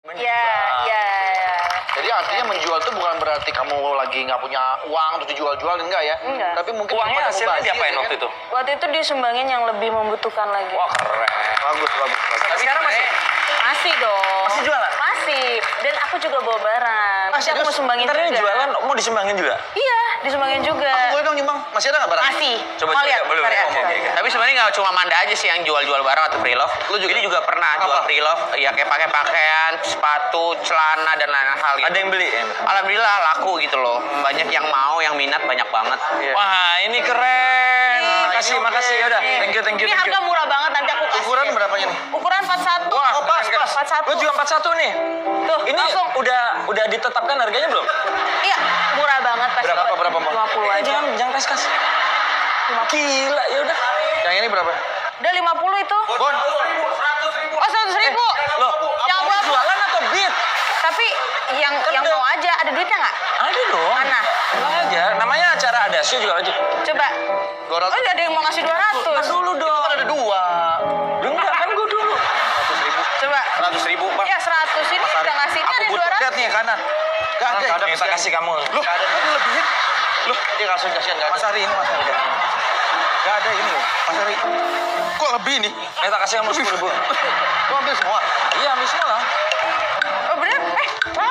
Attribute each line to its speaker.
Speaker 1: Iya,
Speaker 2: Iya. artinya menjual tuh bukan berarti kamu lagi nggak punya uang terus dijual-jual enggak ya?
Speaker 1: Enggak.
Speaker 2: Tapi mungkin kepada
Speaker 3: Uangnya hasilnya
Speaker 2: mubazir,
Speaker 3: diapain
Speaker 2: ya
Speaker 3: waktu
Speaker 2: kan?
Speaker 3: itu?
Speaker 1: Waktu itu disumbangin yang lebih membutuhkan lagi.
Speaker 3: Wah keren.
Speaker 2: Bagus, bagus, bagus. Eh,
Speaker 3: Tapi sekarang masih
Speaker 1: Masih dong.
Speaker 4: Masih jualan? Ah,
Speaker 1: Masih. Dan aku juga bawa barang. Jadi aku mau sumbangin
Speaker 4: Ntar
Speaker 1: juga.
Speaker 4: ini jualan Oh, mau disumbangin juga?
Speaker 1: Iya, disumbangin juga.
Speaker 2: Aku boleh dong nyumbang. Masih ada nggak barang?
Speaker 4: Masih.
Speaker 3: Coba
Speaker 4: Mau
Speaker 3: coba
Speaker 4: lihat,
Speaker 3: belum
Speaker 4: ntar ya.
Speaker 3: ngomong kayak gitu. Tapi sebenarnya nggak cuma Manda aja sih yang jual-jual barang atau preloved. Lu juga ini juga pernah jual
Speaker 4: Apa?
Speaker 3: preloved, ya kayak pakai pakaian, sepatu, celana dan lain-lain hal gitu.
Speaker 4: Ada yang beli ya?
Speaker 3: Alhamdulillah laku gitu loh. Banyak yang mau, yang minat banyak banget.
Speaker 4: Wah ini keren.
Speaker 1: Ini
Speaker 3: Nah,
Speaker 1: kan-
Speaker 4: Makasih,
Speaker 1: oke.
Speaker 4: makasih. Yaudah, thank you, thank you,
Speaker 1: Ini
Speaker 4: thank you.
Speaker 1: harga murah banget nanti aku kasih.
Speaker 2: Ukuran berapanya nih?
Speaker 1: Ukuran 41.
Speaker 4: Wah,
Speaker 1: Oh,
Speaker 4: pas, pas.
Speaker 1: 41.
Speaker 4: Lu juga 41 nih.
Speaker 1: Tuh,
Speaker 4: ini
Speaker 1: langsung.
Speaker 4: udah udah ditetapkan harganya belum?
Speaker 1: Iya, murah banget pasti.
Speaker 2: Berapa, berapa, Mbak? Eh,
Speaker 1: 50 aja.
Speaker 4: jangan, jangan kas kas. Gila, ya udah.
Speaker 2: Yang ini berapa?
Speaker 1: Udah 50 itu.
Speaker 2: Bon.
Speaker 1: Oh, 100 ribu.
Speaker 2: Eh,
Speaker 4: Eh, Loh,
Speaker 1: yang
Speaker 4: apa
Speaker 1: berapa?
Speaker 4: jualan atau bid?
Speaker 1: Tapi yang yang
Speaker 4: udah.
Speaker 1: mau aja ada duitnya nggak?
Speaker 4: Ada dong.
Speaker 1: Mana?
Speaker 4: Bilang aja. Namanya acara ada sih juga aja.
Speaker 1: Coba.
Speaker 2: 200.
Speaker 1: Oh, udah ada yang mau ngasih
Speaker 4: Ntar
Speaker 1: 200.
Speaker 4: dulu dong.
Speaker 2: Ada dua.
Speaker 4: Lu enggak kan gua dulu.
Speaker 2: 100 ribu.
Speaker 1: Coba.
Speaker 2: 100 ribu, Bang.
Speaker 1: Ya 100 ini udah ngasih ini
Speaker 2: Aku
Speaker 1: ada
Speaker 2: butuh. Lihat
Speaker 1: 200.
Speaker 2: nih kanan. Gak ada.
Speaker 4: Kan Nggak ada,
Speaker 2: Nggak
Speaker 4: kita kasih kamu.
Speaker 2: Loh, nggak ada. Kan lebihin. Loh, dia kasihan kasihan nggak ada.
Speaker 4: Mas Hari ini Mas Hari.
Speaker 2: Nggak ada ini loh. Mas Hari. Kok lebih nih?
Speaker 4: Kita kasih kamu 10 ribu.
Speaker 2: Kok ambil semua?
Speaker 4: Iya, ambil semua lah.
Speaker 1: Oh, bener? Eh,